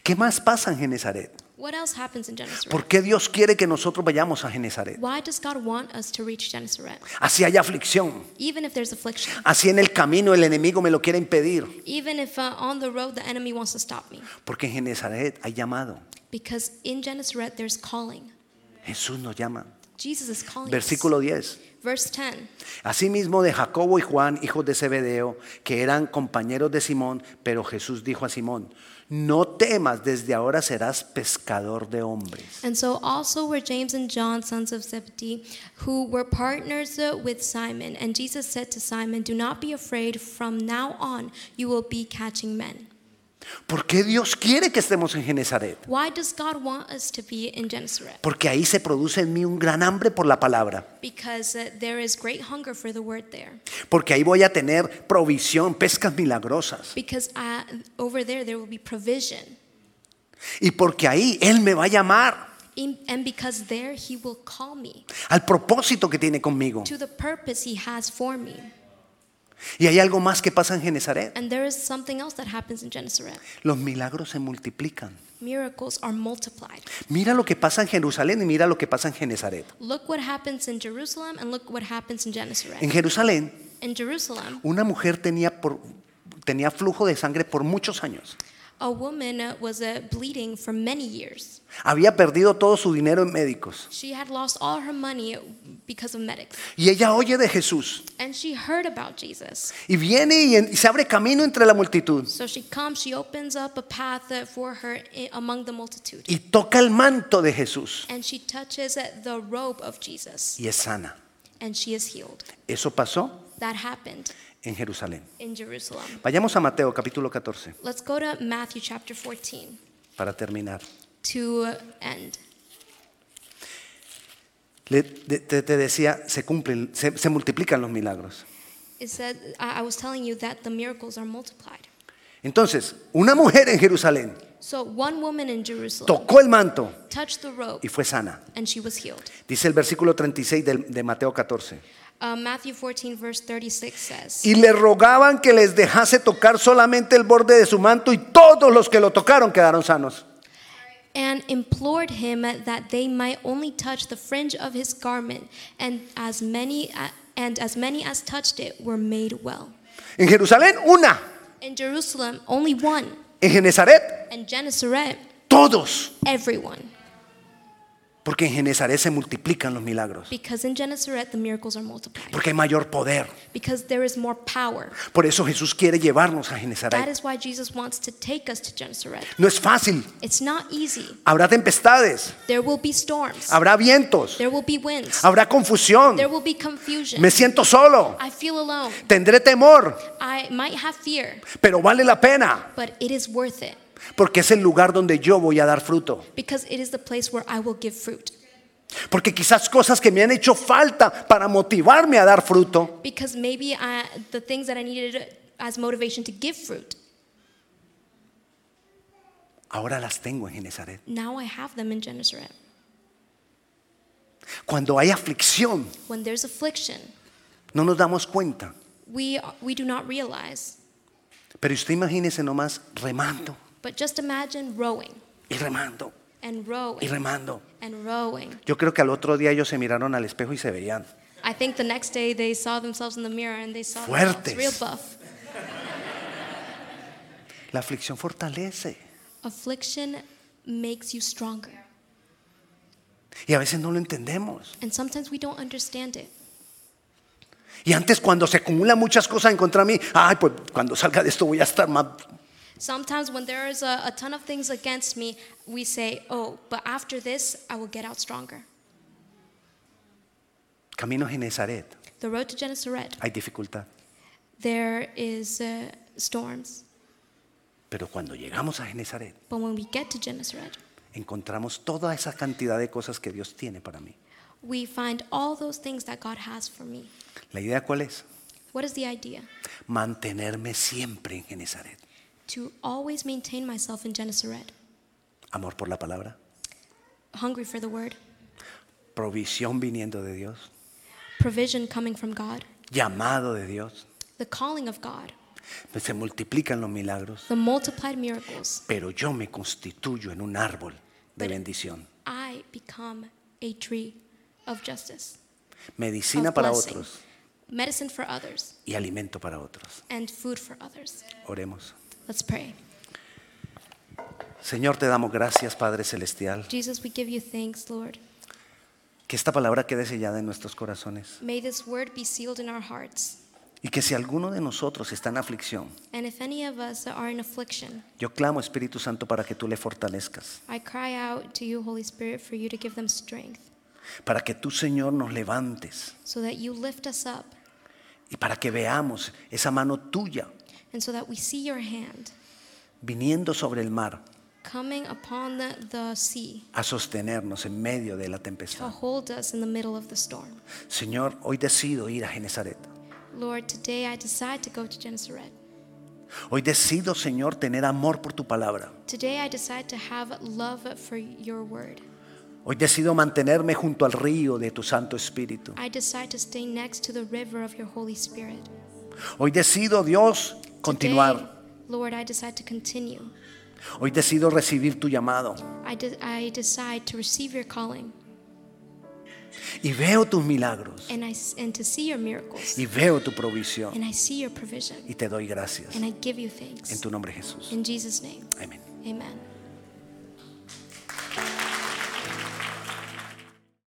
Speaker 1: ¿Qué más pasa en Genezaret?
Speaker 2: What else happens in Gennesaret?
Speaker 1: ¿Por qué Dios quiere que nosotros vayamos a Genezaret?
Speaker 2: Why does God want us to reach Gennesaret?
Speaker 1: Así hay aflicción,
Speaker 2: Even if there's affliction,
Speaker 1: así en el camino el enemigo me lo quiere impedir,
Speaker 2: even if uh, on the road the enemy wants to stop me,
Speaker 1: porque en Genezaret hay llamado.
Speaker 2: because in Gennesaret there's calling.
Speaker 1: Jesús nos llama.
Speaker 2: Jesus is calling. us.
Speaker 1: Versículo 10.
Speaker 2: Verse 10.
Speaker 1: Asimismo de Jacobo y Juan, hijos de Zebedeo, que eran compañeros de Simón, pero Jesús dijo a Simón, no temas, desde ahora serás pescador de hombres.
Speaker 2: And so also were James and John, sons of Zebedee, who were partners uh, with Simon. And Jesus said to Simon, Do not be afraid, from now on you will be catching men.
Speaker 1: ¿Por qué Dios quiere que estemos en Genezaret?
Speaker 2: Why does God want us to be in Gennesaret?
Speaker 1: Porque ahí se produce en mí un gran hambre por la palabra,
Speaker 2: because uh, there is great hunger for the word there.
Speaker 1: porque ahí voy a tener provisión, pescas milagrosas,
Speaker 2: Because uh, over there, there will be provision.
Speaker 1: y porque ahí Él me va a llamar
Speaker 2: In, and because there, He will call me
Speaker 1: al propósito que tiene conmigo.
Speaker 2: to the purpose He has for me.
Speaker 1: Y hay algo más que pasa en Genezaret.
Speaker 2: And there is something else that happens in Gennesaret
Speaker 1: Los milagros se multiplican.
Speaker 2: miracles are multiplied.
Speaker 1: Mira lo que pasa en Jerusalén y mira lo que pasa en Genezaret.
Speaker 2: Look what happens in Jerusalem and look what happens in Gennesaret.
Speaker 1: En Jerusalén,
Speaker 2: In Jerusalem,
Speaker 1: una mujer tenía, por- tenía flujo de sangre por muchos años.
Speaker 2: a woman uh, was uh, bleeding for many years.
Speaker 1: Había perdido todo su dinero en médicos.
Speaker 2: She had lost all her money because of medics.
Speaker 1: Y ella oye de Jesús
Speaker 2: And she heard about Jesus.
Speaker 1: y viene y, en- y se abre camino entre la multitud
Speaker 2: So she comes, she opens up a path uh, for her i- among the multitude.
Speaker 1: y toca el manto de Jesús
Speaker 2: And she touches uh, the robe of Jesus,
Speaker 1: y es sana.
Speaker 2: and she is healed.
Speaker 1: Eso pasó
Speaker 2: That happened
Speaker 1: en Jerusalén.
Speaker 2: in Jerusalem.
Speaker 1: Vayamos a Mateo capítulo 14
Speaker 2: Let's go to Matthew chapter 14
Speaker 1: para terminar.
Speaker 2: to uh, end.
Speaker 1: Le- te, te- te decía, se cumplen, se- se multiplican los milagros.
Speaker 2: It said, I I was telling you that the miracles are multiplied.
Speaker 1: Entonces, una mujer en Jerusalén
Speaker 2: So one woman in Jerusalem
Speaker 1: tocó el manto
Speaker 2: touched the robe,
Speaker 1: y fue sana.
Speaker 2: and she was healed.
Speaker 1: Dice el versículo 36 del- de Mateo 14.
Speaker 2: Uh, Matthew 14, verse 36 says,
Speaker 1: Y le rogaban que les dejase tocar solamente el borde de su manto y todos los que lo tocaron quedaron sanos.
Speaker 2: and implored him that they might only touch the fringe of his garment and as many uh, and as many as touched it were made well
Speaker 1: En Jerusalén, una.
Speaker 2: in jerusalem only one
Speaker 1: En Genezaret,
Speaker 2: and gennesaret
Speaker 1: todos.
Speaker 2: everyone.
Speaker 1: Porque en Genezaret se multiplican los milagros.
Speaker 2: Because in Gennesaret, the miracles are multiplied.
Speaker 1: Porque hay mayor poder.
Speaker 2: Because there is more power.
Speaker 1: Por eso Jesús quiere llevarnos a
Speaker 2: That
Speaker 1: Genezaret.
Speaker 2: is why Jesus wants to take us to Gennesaret.
Speaker 1: No es fácil.
Speaker 2: It's not easy.
Speaker 1: Habrá tempestades,
Speaker 2: There will be storms.
Speaker 1: habrá vientos,
Speaker 2: There will be winds.
Speaker 1: habrá confusión.
Speaker 2: There will be confusion.
Speaker 1: Me siento solo.
Speaker 2: I feel alone.
Speaker 1: Tendré temor,
Speaker 2: I might have fear,
Speaker 1: pero vale la pena.
Speaker 2: but it is worth it
Speaker 1: Porque es el lugar donde yo voy a dar fruto.
Speaker 2: because it is the place where I will give fruit.
Speaker 1: Porque quizás cosas que me han hecho falta para motivarme a dar fruto,
Speaker 2: Because maybe I, the things that I needed as motivation to give fruit,
Speaker 1: ahora las tengo en Genezaret.
Speaker 2: now I have them in Gennesaret.
Speaker 1: Cuando hay aflicción,
Speaker 2: When there's affliction,
Speaker 1: no nos damos cuenta.
Speaker 2: we, we do not realize.
Speaker 1: Pero usted imagínese nomás remando
Speaker 2: But just imagine rowing
Speaker 1: y remando
Speaker 2: and
Speaker 1: y
Speaker 2: rowing
Speaker 1: remando.
Speaker 2: and rowing.
Speaker 1: Yo creo que al otro día ellos se miraron al espejo y se veían.
Speaker 2: I think the next day they saw themselves in the mirror and they saw themselves
Speaker 1: Fuertes.
Speaker 2: real buff.
Speaker 1: La aflicción fortalece
Speaker 2: Affliction makes you stronger.
Speaker 1: y a veces no lo entendemos.
Speaker 2: And sometimes we don't understand it.
Speaker 1: Y antes cuando se acumulan muchas cosas en contra mí, ay, pues cuando salga de esto voy a estar más...
Speaker 2: Sometimes when there is a, a ton of things against me, we say, oh, but after this, I will get out stronger.
Speaker 1: Camino a Genezaret,
Speaker 2: The road to Gennesaret,
Speaker 1: hay dificultad.
Speaker 2: there is uh, storms.
Speaker 1: Pero cuando llegamos a Genezaret,
Speaker 2: But when we get to Gennesaret,
Speaker 1: encontramos toda esa cantidad de cosas que Dios tiene para mí.
Speaker 2: we find all those things that God has for me.
Speaker 1: ¿La idea cuál es?
Speaker 2: What is the idea?
Speaker 1: Mantenerme siempre en Genezaret.
Speaker 2: To always maintain myself in Gennesaret,
Speaker 1: Amor por la palabra,
Speaker 2: hungry for the word,
Speaker 1: provisión viniendo de Dios,
Speaker 2: provision coming from God,
Speaker 1: llamado de Dios.
Speaker 2: the calling of God,
Speaker 1: Se multiplican los milagros,
Speaker 2: the multiplied miracles.
Speaker 1: pero yo me constituyo en un árbol de bendición.
Speaker 2: I become a tree of justice,
Speaker 1: Medicina
Speaker 2: of
Speaker 1: para
Speaker 2: blessing,
Speaker 1: otros
Speaker 2: medicine for others.
Speaker 1: y alimento para otros.
Speaker 2: and food for others.
Speaker 1: Oremos.
Speaker 2: Let's pray.
Speaker 1: Señor, te damos gracias, Padre Celestial,
Speaker 2: Jesus, we give you thanks, Lord.
Speaker 1: que esta palabra quede sellada en nuestros corazones
Speaker 2: May this word be sealed in our hearts.
Speaker 1: y que si alguno de nosotros está en aflicción,
Speaker 2: And if any of us are in affliction,
Speaker 1: Yo clamo, Espíritu Santo, para que tú le fortalezcas,
Speaker 2: I cry out to you, Holy Spirit, for you to give them strength
Speaker 1: para que tú, Señor, nos levantes
Speaker 2: so that you lift us up
Speaker 1: y para que veamos esa mano tuya
Speaker 2: and so that we see your hand
Speaker 1: viniendo sobre el mar
Speaker 2: coming upon the, the sea
Speaker 1: a sostenernos en medio de la
Speaker 2: to
Speaker 1: tempestad.
Speaker 2: hold us in the middle of the storm.
Speaker 1: Señor, hoy decido ir a Genezaret.
Speaker 2: Lord, today I decide to go to Gennesaret.
Speaker 1: Hoy decido, Señor, tener amor por tu palabra.
Speaker 2: Today I decide to have love for your word.
Speaker 1: Hoy decido mantenerme junto al río de tu Santo Espíritu.
Speaker 2: I decide to stay next to the river of your Holy Spirit.
Speaker 1: Hoy decido, Dios,
Speaker 2: Today,
Speaker 1: continuar.
Speaker 2: Lord, I decide to continue.
Speaker 1: Hoy decido recibir tu llamado.
Speaker 2: I, de- I decide to receive your calling
Speaker 1: Y veo tus milagros.
Speaker 2: and, I, s- and to see your miracles.
Speaker 1: Y veo tu provisión.
Speaker 2: And I see your provision.
Speaker 1: Y te doy gracias.
Speaker 2: And I give you
Speaker 1: En
Speaker 2: thanks.
Speaker 1: tu nombre, Jesús.
Speaker 2: In Jesus' name,
Speaker 1: Amén.
Speaker 2: amen.